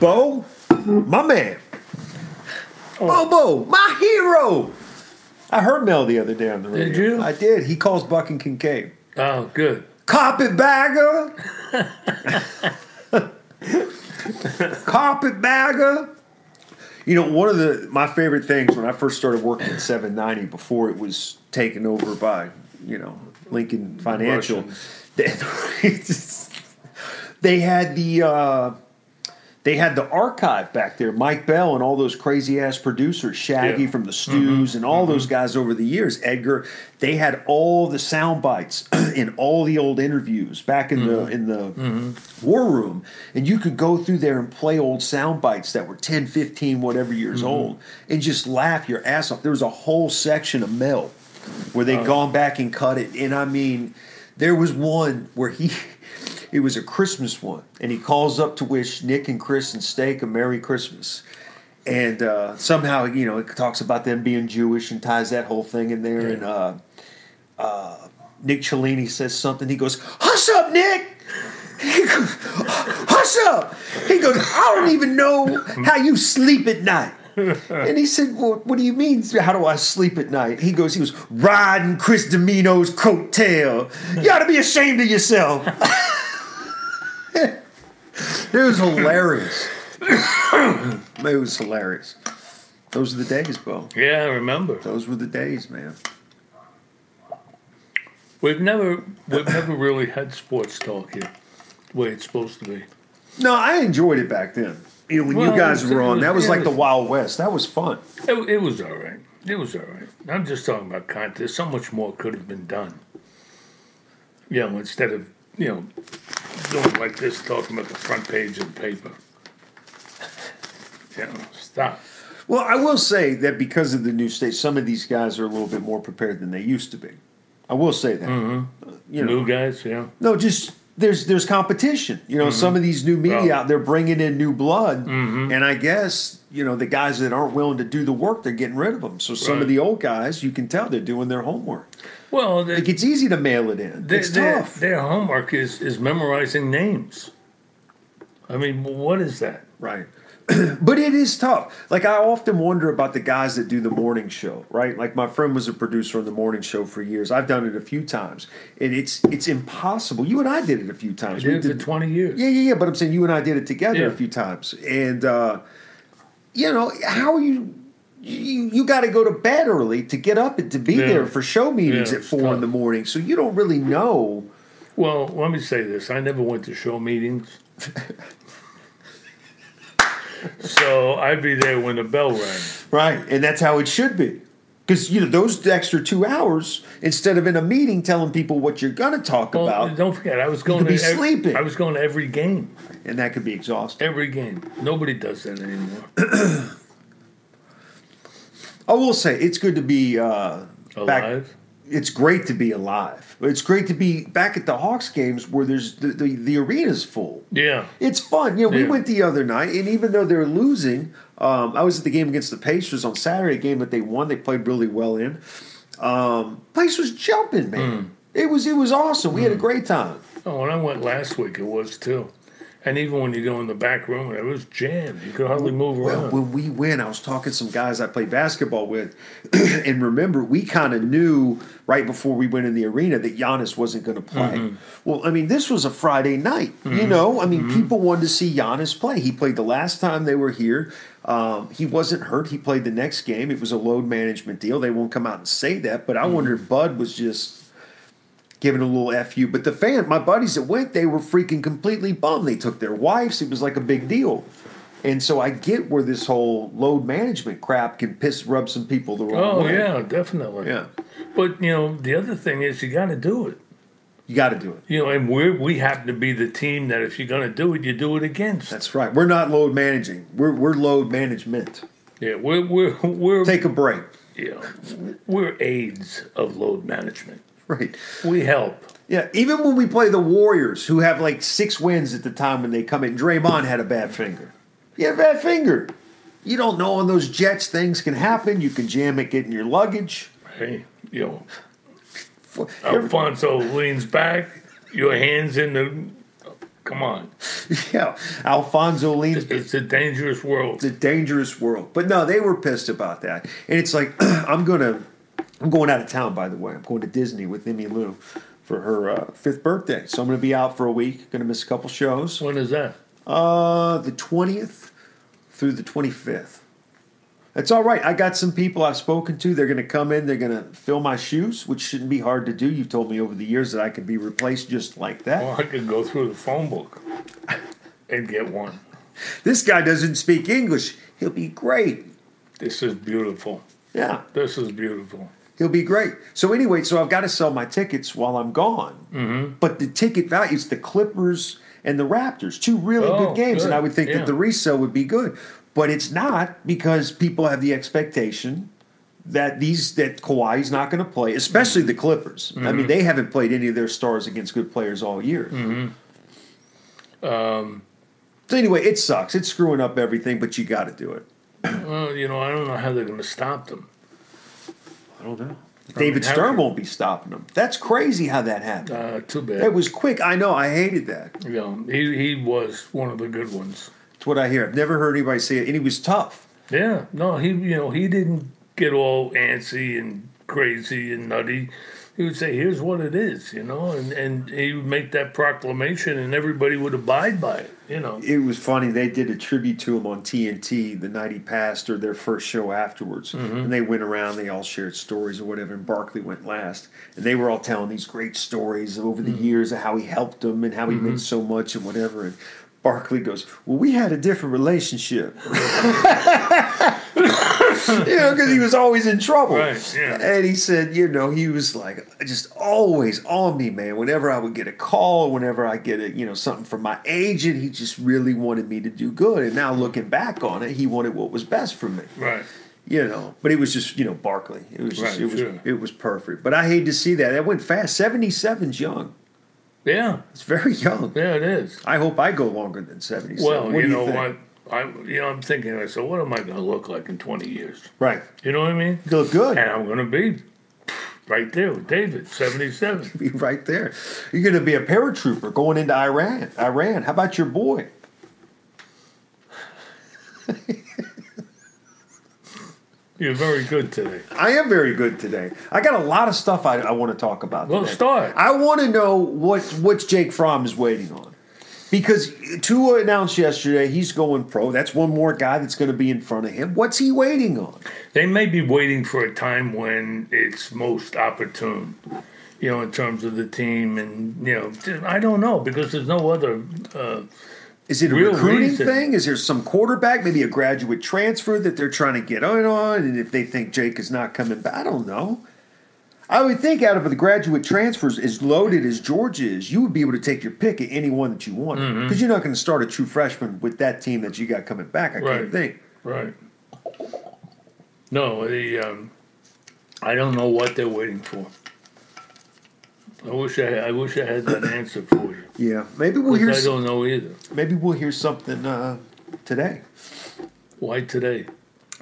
Bo, my man. Oh. Bobo, my hero. I heard Mel the other day on the radio. Did you? I did. He calls Buck and Kincaid. Oh, good. Carpetbagger. Carpetbagger. You know, one of the my favorite things when I first started working at 790 before it was taken over by, you know, Lincoln Financial. they had the uh, they had the archive back there. Mike Bell and all those crazy ass producers, Shaggy Yeah. from the Stews, and all those guys over the years. Edgar, they had all the sound bites in all the old interviews back in the in the war room, and you could go through there and play old sound bites that were 10, 15, whatever years old, and just laugh your ass off. There was a whole section of Mel where they had gone back and cut it. And I mean, there was one where he, it was a Christmas one, and he calls up to wish Nick and Chris and Steak a Merry Christmas. And uh, somehow, you know, it talks about them being Jewish and ties that whole thing in there. And uh, uh, Nick Cellini says something. He goes, Hush up, Nick! He goes, Hush up! He goes, I don't even know how you sleep at night. And he said, Well, what do you mean? How do I sleep at night? He goes, He was riding Chris Domino's coattail. You ought to be ashamed of yourself. it was hilarious. it was hilarious. Those were the days, Bo. Yeah, I remember. Those were the days, man. We've never we've never really had sports talk here, the way it's supposed to be. No, I enjoyed it back then. You know, when Well, you guys were it on, was- that was it like the was- Wild West. That was fun. It, it was all right. It was all right. I'm just talking about content. So much more could have been done. You know, instead of you know doing like this, talking about the front page of the paper. You know, stop. Well, I will say that because of the new state, some of these guys are a little bit more prepared than they used to be. I will say that. Mm-hmm. Uh, You know, New guys, yeah. no, just there's there's competition. You know, some of these new media Mm-hmm. Well- Mm-hmm. out there bringing in new blood, and I guess you know the guys that aren't willing to do the work, they're getting rid of them. So some of Right. the old guys, you can tell they're doing their homework. Well, they, Like it's easy to mail it in. their, it's their- tough. Their homework is is memorizing names. I mean, what is that? Right. but it is tough. Like I often wonder about the guys that do the morning show, right? Like my friend was a producer on the morning show for years. I've done it a few times, and it's it's impossible. You and I did it a few times. We Did it for did- twenty years. yeah, yeah, yeah. But I'm saying you and I did it together a Yeah. few times, and uh, you know how are you. You, you got to go to bed early to get up and to be Yeah. there for show meetings Yeah, at it's four in tough. the morning. So you don't really know. Well, let me say this. I never went to show meetings. so I'd be there when the bell rang. Right, and that's how it should be. Because you know those extra two hours, instead of in a meeting telling people what you're going to talk Well, about, don't forget, I was going could to be ev- sleeping. I was going to every game. and that could be exhausting. Every game. Nobody does that anymore. I will say it's good to be uh, Back, Alive. it's great to be alive. It's great to be back at the Hawks games where there's the the, the arena's full. Yeah. It's fun. You know, we Yeah. went the other night, and even though they're losing, um, I was at the game against the Pacers on Saturday, a game that they won. They played really well in. Um, place was jumping, Mm. man. It was it was awesome. We had a great time. Oh, when I went last week, it was too. And even when you go in the back room, it was jammed. You could hardly move Well, around. when we win, I was talking to some guys I played basketball with, and remember, we kind of knew right before we went in the arena that Giannis wasn't going to play. Well, I mean, this was a Friday night, you know. I mean, people wanted to see Giannis play. He played the last time they were here. Um, he wasn't hurt. He played the next game. It was a load management deal. They won't come out and say that, but I wonder if Bud was just giving a little fu. But the fan, my buddies that went, they were freaking completely bummed. They took their wives. It was like a big deal. And so I get where this whole load management crap can piss rub some people the wrong oh, way. yeah, definitely. yeah. But, you know, the other thing is you got to do it. You got to do it. You know, and we we happen to be the team that if you're going to do it, you do it against. That's right. We're not load managing. We're we're load management. yeah, we're we're we're Take a break. you know, we're aides of load management. Right. We help. Yeah. Even when we play the Warriors, who have like six wins at the time when they come in, Draymond had a bad finger. He had a bad finger. You don't know on those Jets things can happen. You can jam it, get in your luggage. Hey, you know, F- Oh, Alfonso leans back, your hands in the Come on, yeah, Alfonso Lean. it's a dangerous world. It's a dangerous world. But no, they were pissed about that. And it's like, I'm gonna, I'm going out of town. By the way, I'm going to Disney with Emmy Lou for her uh, fifth birthday. So I'm gonna be out for a week. Gonna miss a couple shows. When is that? Uh, the 20th through the 25th. It's all right. I got some people I've spoken to. They're going to come in. They're going to fill my shoes, which shouldn't be hard to do. You've told me over the years that I could be replaced just like that. Well, Oh, I could go through the phone book and get one. This guy doesn't speak English. He'll be great. This is beautiful. Yeah, This is beautiful. he'll be great. So anyway, so I've got to sell my tickets while I'm gone. Mm-hmm. But the ticket value is the Clippers and the Raptors, two really Oh, good games, and good. I would think Yeah. that the resale would be good. But it's not because people have the expectation that these that Kawhi's not going to play, Mm-hmm. especially the Clippers. I mean, they haven't played any of their stars against good players all year. Mm-hmm. Um, so anyway, it sucks. It's screwing up everything, but you got to do it. Well, you know, I don't know how they're going to stop them. I don't know. David how Stern could- won't be stopping them. That's crazy how that happened. Uh, too It bad. was quick. I know. I hated that. You know, he, he was one of the good ones. It's what I hear. I've never heard anybody say it. And he was tough. Yeah, no, he you know he didn't get all antsy and crazy and nutty. He would say, "Here's what it is," you know, and and he would make that proclamation, and everybody would abide by it. You know, It was funny. They did a tribute to him on TNT the night he passed or their first show afterwards. Mm-hmm. And they went around. They all shared stories or whatever. And Barkley went last. And they were all telling these great stories over Mm-hmm. the years of how he helped them and how he meant so much and whatever. And Barkley goes, Well, we had a different relationship. you know, because he was always in trouble. Right, yeah. And he said, you know, he was like just always on me, man. Whenever I would get a call, whenever I get a, you know, something from my agent, he just really wanted me to do good. And now looking back on it, he wanted what was best for me. right? You know, but it was just, you know, Barkley. It was just Right, it was sure. it was perfect. But I hate to see that. That went fast. 77's young. Yeah, It's very young. yeah, it is. I hope I go longer than 77. Well, What you do know think? what? I you know I'm thinking. I said, "What am I going to look like in 20 years?" Right. You know what I mean? You look good. And I'm going to be right there with David, 77. be right there. You're going to be a paratrooper going into Iran. Iran. How about your boy? You're very good today. I am very good today. I got a lot of stuff I, I want to talk about. Well, today. start. I want to know what what Jake Fromm is waiting on. Because Tua announced yesterday he's going pro. That's one more guy that's going to be in front of him. What's he waiting on? They may be waiting for a time when it's most opportune, you know, in terms of the team, and you know, just, I don't know because there's no other. Uh, Is it a Real recruiting reason. thing? Is there some quarterback, maybe a graduate transfer that they're trying to get in on? And if they think Jake is not coming back, I don't know. I would think out of the graduate transfers, as loaded as Georgia is, you would be able to take your pick at any one that you want Mm-hmm. because you're not going to start a true freshman with that team that you got coming back. I Right. can't think. right. No, the um, I don't know what they're waiting for. I wish I I wish I had that answer for you. Yeah, maybe we'll hear I s- don't know either. maybe we'll hear something uh, today Why today?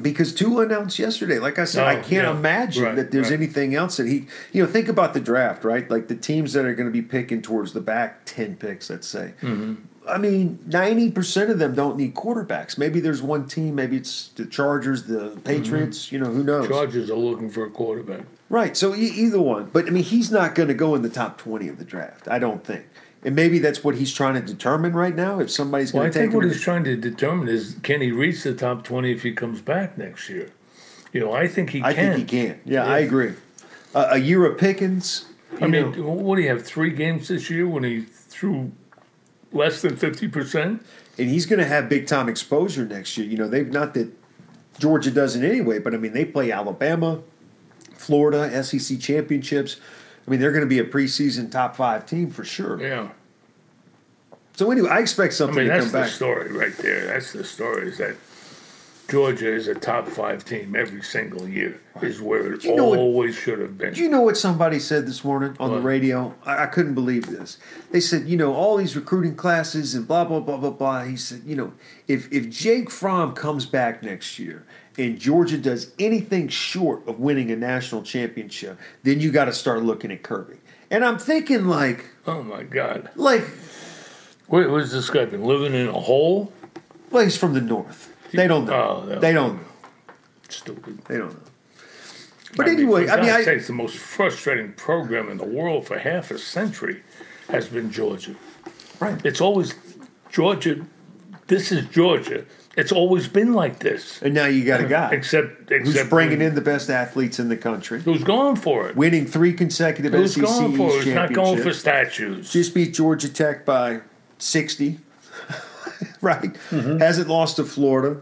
because Tua announced yesterday. Like I said, Oh, I can't yeah. imagine Right, that there's right. anything else that he. You know, think about the draft, right? Like the teams that are going to be picking towards the back ten picks, let's say. Mm-hmm. I mean, ninety percent of them don't need quarterbacks. Maybe there's one team. Maybe it's the Chargers, the Patriots. You know, who knows? Mm-hmm. Chargers are looking for a quarterback. Right. So e- either one, but I mean, he's not going to go in the top twenty of the draft. I don't think. And maybe that's what he's trying to determine right now. If somebody's Well, going I to take think him what in the he's trying to determine is can he reach the top twenty if he comes back next year? You know, I think he I can. think he can. Yeah, Yeah. I agree. Uh, a year of Pickens. I you mean, know, what do you have? Three games this year when he threw less than fifty percent. and he's going to have big time exposure next year. You know, they've not that Georgia doesn't anyway, but I mean, they play Alabama, Florida, SEC championships. I mean, they're going to be a preseason top five team for sure. Yeah, So anyway, I expect I something mean to that's come the back. story right there. That's the story is that Georgia is a top five team every single year. Is where it You know what- always should have been. Do you know what somebody said this morning on the What? radio? I, I couldn't believe this. They said, you know, all these recruiting classes and blah blah blah blah blah. He said, you know, if if Jake Fromm comes back next year and Georgia does anything short of winning a national championship, then you got to start looking at Kirby. And I'm thinking like oh my God! like Wait, what is this guy been living in a hole? Well, he's from the north. They don't know. Oh, no. They don't. Know. Stupid. They don't know. But mean, anyway, for I mean, God's I, sakes, the most frustrating program in the world for half a century has been Georgia. right. It's always Georgia. This is Georgia. It's always been like this, And now you got a guy except except who's bringing in the best athletes in the country, who's going for it. winning three consecutive Who's SEC going for championships. it? Who's not going for statues? Just beat Georgia Tech by 60, right? Hasn't lost to Florida.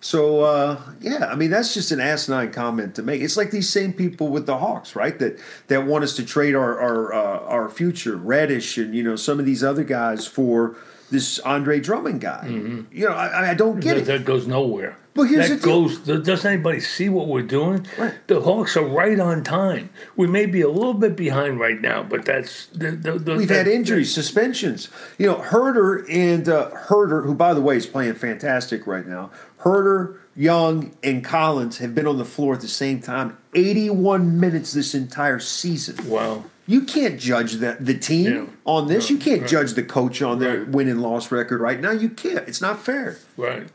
So, uh, yeah, I mean, that's just an asinine comment to make. It's like these same people with the Hawks, right? That that want us to trade our our, uh, our future, Reddish and, you know, some of these other guys for this Andre Drummond guy. You know, I, I don't get That, it. that goes nowhere. But here's that the deal. goes. th- Does anybody see what we're doing? Right. The Hawks are right on time. We may be a little bit behind right now, but that's the, the, the, We've had that- injuries, suspensions. You know, Herder and uh, Herder, who by the way is playing fantastic right now. Herder, Young, and Collins have been on the floor at the same time, 81 minutes this entire season. Wow. You can't judge the, the team Yeah. on this. you can't right. judge the coach on their Right. win and loss record right now. You can't. It's not fair. Right.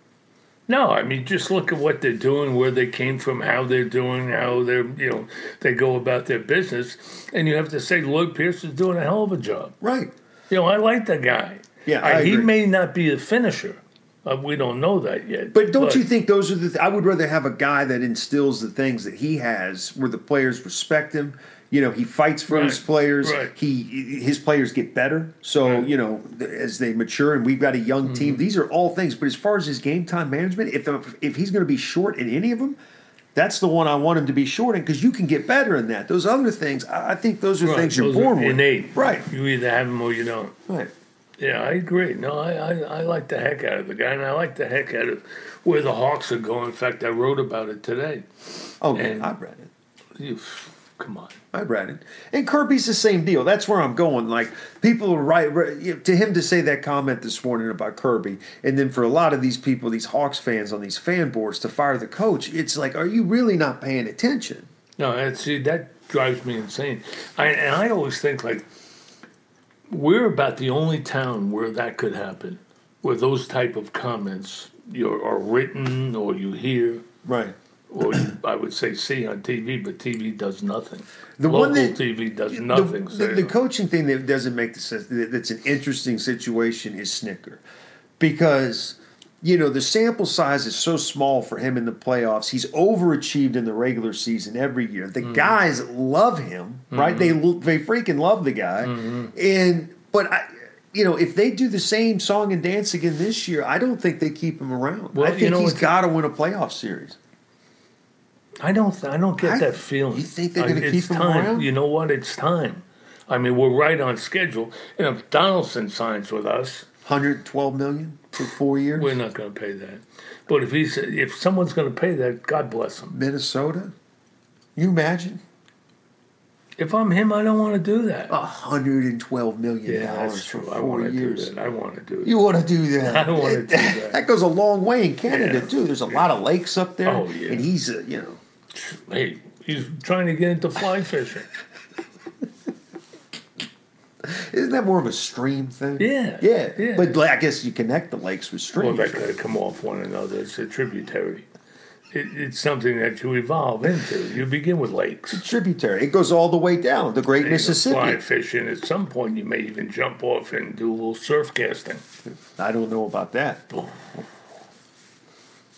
No, I mean just look at what they're doing, where they came from, how they're doing, how they're you know they go about their business, and you have to say Lloyd Pierce is doing a hell of a job. Right. You know, I like the guy. Yeah, I he agree. may not be a finisher. Uh, we don't know that yet. But don't you think those are the? Th- I would rather have a guy that instills the things that he has, where the players respect him. You know, he fights for his Right, players. right. He his players get better. So you know, th- as they mature, and we've got a young team. Mm-hmm. These are all things. But as far as his game time management, if the, if he's going to be short in any of them. That's the one I want him to be short in because you can get better in that. Those other things, I I think those are Right, things you're those are born with. innate? Right. You either have them or you don't. Right. Yeah, I agree. No, I, I, I like the heck out of the guy, and I like the heck out of where the Hawks are going. In fact, I wrote about it today. Okay. And- Oh, I read it. You, come on. I read it. And Kirby's the same deal. That's where I'm going. Like people are right right- you know, to him to say that comment this morning about Kirby, and then for a lot of these people, these Hawks fans on these fan boards to fire the coach. It's like, are you really not paying attention? No, and see that drives me insane. I, and I always think like we're about the only town where that could happen, where those type of comments you're, are written or you hear Right. or you, I would say see on TV, but TV does nothing. The Local one that- TV does The, nothing. so, the, the coaching thing that doesn't make the sense. that- That's an interesting situation is Snicker, because you know the sample size is so small for him in the playoffs. He's overachieved in the regular season every year. Mm-hmm. The guys love him, right? They lo- they freaking love the guy, Mm-hmm. and but I. You know, if they do the same song and dance again this year, I don't think they keep him around. Well, I you think know, he's it's- got to win a playoff series. I don't. th- I don't get I- that feeling. you think they're I- gonna it's keep him time. around? You know what? It's time. I mean, we're right on schedule, and if Donaldson signs with us, Hundred twelve million for four years. we're not going to pay that. But if he's if someone's going to pay that, God bless him. Minnesota. You imagine If I'm him, I don't want to do that. hundred and twelve million yeah, dollars that's for true. I Oh, four want to do years. that. I want to do it. You want to do that? I don't wanna do that. that goes a long way in Canada Yeah. too. There's a lot of lakes up there, Oh, yeah. and he's uh, you know Hey, he's trying to get into fly fishing. isn't that more of a stream thing? Yeah, yeah. yeah. But like, I guess you connect the lakes with Well, streams. that got to come off one another. It's a tributary. It, it's something that you evolve into. You begin with lakes. Tributary. It goes all the way down the Great You know, Fly Mississippi. fishing. At some point, you may even jump off and do a little surf casting. I don't know about that.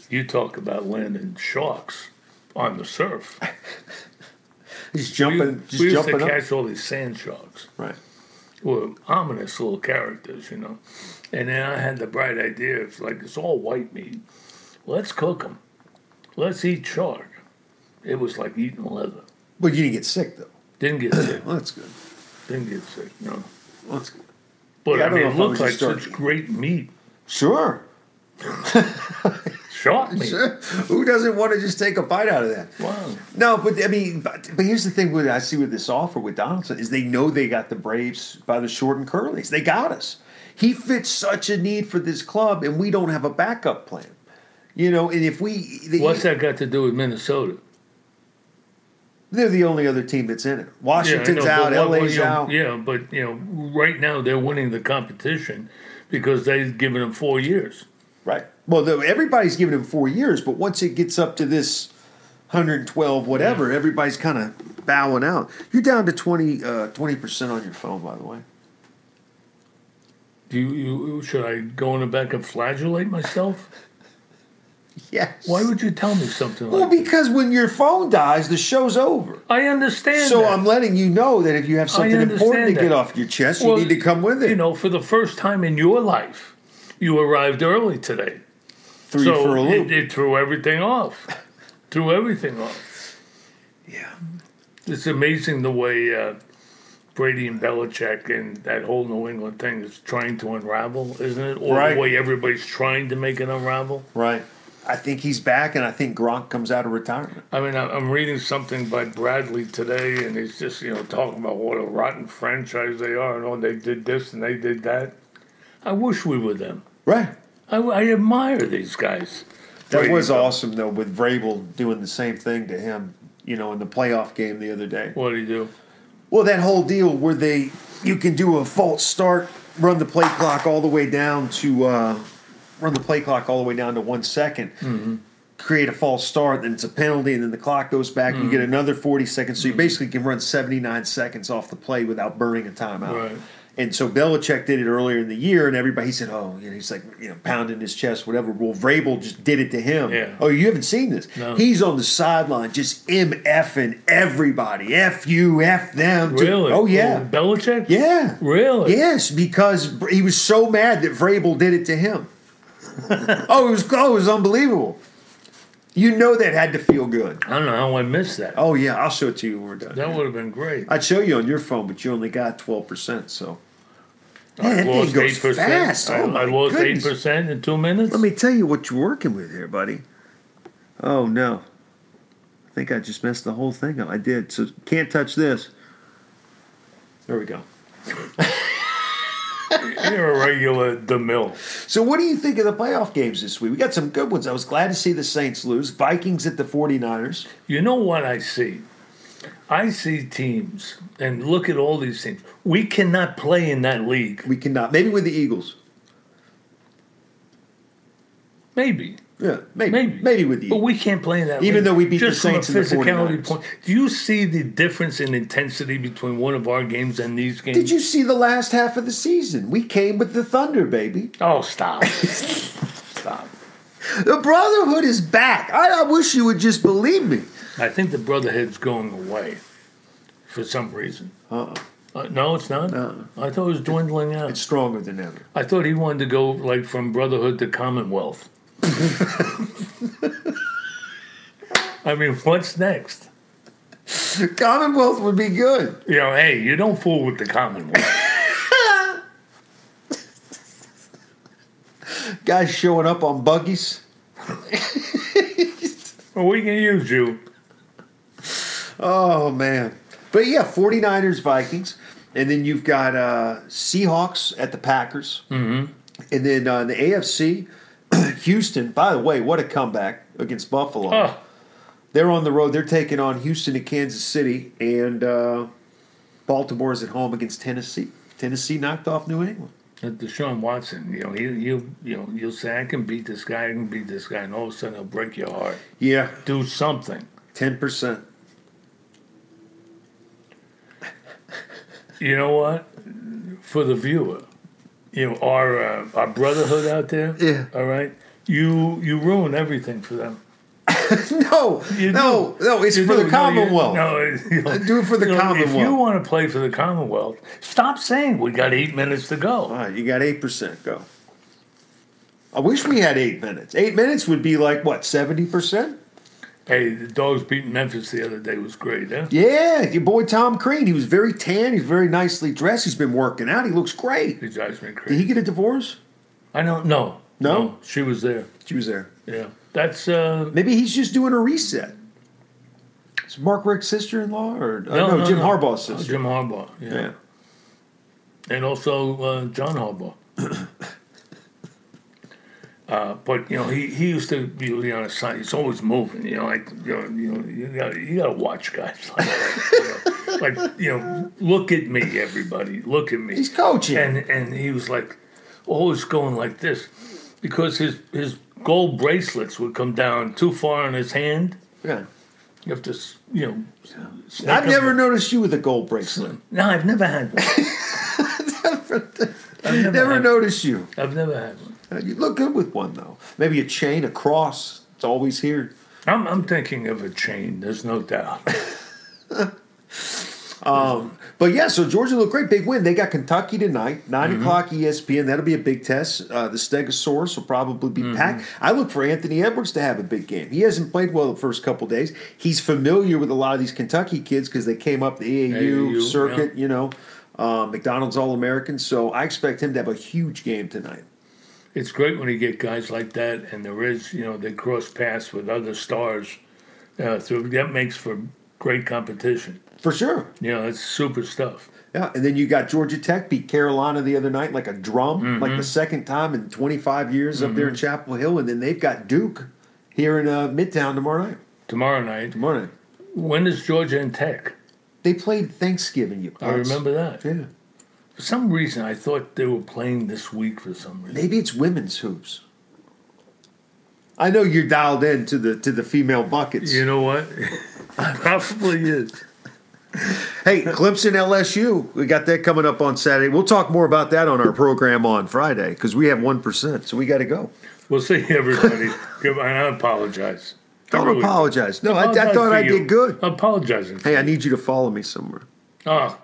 You talk about landing sharks on the surf. He's We, jumping, we just used to jumping up. catch all these sand sharks. Right. were ominous little characters, you know. And then I had the bright idea of like it's all white meat. Let's cook them. Let's eat shark. It was like eating leather. But you didn't get sick though. Didn't get sick. Well, that's good. Didn't get sick. No. Well, that's good. But Yeah, I I don't mean, know it if I looked was a like shark. such great meat. Sure. Shark meat. Who doesn't want to just take a bite out of that? Wow. No, but I mean, but, but here's the thing: what I see with this offer with Donaldson is they know they got the Braves by the short and curlies. They got us. He fits such a need for this club, and we don't have a backup plan. You know, and if we, the, What's that got to do with Minnesota? They're the only other team that's in it. Yeah, I know, Washington's but out, what- what, LA's you know, out. Yeah, but you know, right now they're winning the competition because they've given him four years. Right. Well, though everybody's giving him four years, but once it gets up to this 112 whatever, everybody's kind of bowing out. You're down to 20 uh, 20% on your phone, by the way. Do you, you should I go in the back and flagellate myself? Yes. Why would you tell me something well, like that? because when your phone dies, the show's over. I understand. So that. I'm letting you know that if you have something important understand to get that. off your chest, Well, you need to come with it. you know, for the first time in your life, you arrived early today. Three so for a loop. It, it threw everything off. threw everything off. yeah. It's amazing the way uh, Brady and Belichick and that whole New England thing is trying to unravel, isn't it? Or Right. the way everybody's trying to make it unravel. Right. I think he's back, and I think Gronk comes out of retirement. I mean, I- I'm reading something by Bradley today, and he's just, you know, talking about what a rotten franchise they are and oh, they did this and they did that. I wish we were them. Right. I, I admire these guys. That Brady was and Bel- awesome though, with Vrabel doing the same thing to him, you know, in the playoff game the other day. What do you do? Well, that whole deal where they you can do a false start, run the play clock all the way down to uh, run the play clock all the way down to one second, Create a false start, then it's a penalty, and then the clock goes back. You get another forty seconds, so you basically can run seventy nine seconds off the play without burning a timeout. Right. And so Belichick did it earlier in the year, and everybody he said, "Oh, you know," he's like, you know, pounding his chest, whatever. Well, Vrabel just did it to him. Yeah. Oh, you haven't seen this? No. He's on the sideline, just mfing everybody, f you, f them. to- Really? oh yeah, Oh, Belichick? yeah, Really? yes, because Br- he was so mad that Vrabel did it to him. oh, it was oh, it was unbelievable. You know that had to feel good. I don't know how I missed that. Oh yeah, I'll show it to you when we're done. That would have been great. I'd show you on your phone, but you only got twelve percent. So I Man, that thing lost goes 8%. fast. I, Oh, my I lost goodness. 8% in two minutes? Let me tell you what you're working with here, buddy. Oh no. I think I just messed the whole thing up. I did. So can't touch this. There we go. You're a regular DeMille. So what do you think of the playoff games this week? We got some good ones. I was glad to see the Saints lose. Vikings at the 49ers. You know what I see? I see teams, and look at all these teams. We cannot play in that league. We cannot. Maybe with the Eagles. Maybe. Yeah, maybe. Maybe, Maybe. with the But Eagles. we can't play in that Even league. though we beat the Just from a Saints and the physicality 49ers. point. Do you see the difference in intensity between one of our games and these games? Did you see the last half of the season? We came with the Thunder, baby. Oh, stop. stop. The Brotherhood is back. I, I wish you would just believe me. I think the Brotherhood's going away for some reason. Uh-uh. Uh, no, it's not. Uh-uh. I thought it was dwindling out. It's stronger than ever. I thought he wanted to go like from Brotherhood to Commonwealth. I mean, what's next? Commonwealth would be good. You know, hey, you don't fool with the Commonwealth. guys showing up on buggies. well, we can use you. Oh man. But yeah, 49ers Vikings and then you've got uh, Seahawks at the Packers. Mm-hmm. And then uh, the AFC Houston, by the way, what a comeback against Buffalo. Oh, They're on the road. They're taking on Houston and Kansas City and uh, Baltimore's at home against Tennessee. Tennessee knocked off New England. that Deshaun Watson, you know, he, you, you know, you'll say I can beat this guy, I can beat this guy, and all of a sudden he'll break your heart. Yeah, Do something. 10%. You know what? For the viewer, you know, our uh, our brotherhood out there. Yeah. All right. You you ruin everything for them. No, You no, do. no, it's You for do. the No, you- Commonwealth. No, it- you know, Do it for the you know, If you Commonwealth. want to play for the Commonwealth, stop saying we got eight minutes to All go. right, you got eight percent. Go. I wish we had eight minutes. Eight minutes would be like what seventy percent? Hey, the dogs beating Memphis the other day was great, huh? Yeah, your boy Tom Crean. He was very tan. He's very nicely dressed. He's been working out. He looks great. He drives me Did crazy. he get a divorce? I don't know. No? she was there. She was there. Yeah, that's uh, Maybe he's just doing a reset. Is Mark Rick's sister-in-law or uh, no, no, no, Jim no. Harbaugh's Oh, sister? Jim Harbaugh. Yeah, yeah. and also uh, John Harbaugh. Uh, but you know he, he used to be you know, on a side. He's always moving. You know, like you know, you, know, you got you got to watch guys. Like, that, you know, like you know, look at me, everybody, look at me. He's coaching. And and he was like, always going like this because his his gold bracelets would come down too far on his hand. Yeah. You have to, s- you know. s- I've snake 'em. never noticed you with a gold bracelet. No, I've never had one. I've never, Never had, noticed you. I've never had one. Uh, You look good with one though. Maybe a chain, a cross. It's always here. I'm, I'm thinking of a chain. There's no doubt. But yeah, so Georgia looked great. Big win. They got Kentucky tonight, 9 o'clock E ESPN. That'll be a big test. Uh, the Stegosaurus will probably be packed. I look for Anthony Edwards to have a big game. He hasn't played well the first couple days. He's familiar with a lot of these Kentucky kids because they came up the AAU, AAU, circuit, you know, uh, McDonald's All American. So I expect him to have a huge game tonight. it's great when you get guys like that, and there is, you know, they cross paths with other stars. Uh, through that makes for great competition. For sure. You know, it's super stuff. Yeah. And then you got Georgia Tech beat Carolina the other night like a drum, like Mm-hmm. the second time in 25 years up there in Chapel Hill. And then they've got Duke here in uh, Midtown tomorrow night. Tomorrow night, Tomorrow night. when is Georgia and Tech? They played Thanksgiving, you I remember that. Yeah. For some reason, I thought they were playing this week for some reason. Maybe it's women's hoops. I know you're dialed in to the to the female buckets. You know what? Probably is. Hey, Clemson LSU, we got that coming up on Saturday. We'll talk more about that on our program on Friday because we have one percent, so we got to go. We'll see everybody. and I apologize. Don't really- apologize. No, I, I apologize thought for I you. did good. Apologizing. Hey, I need you to follow me somewhere. Oh,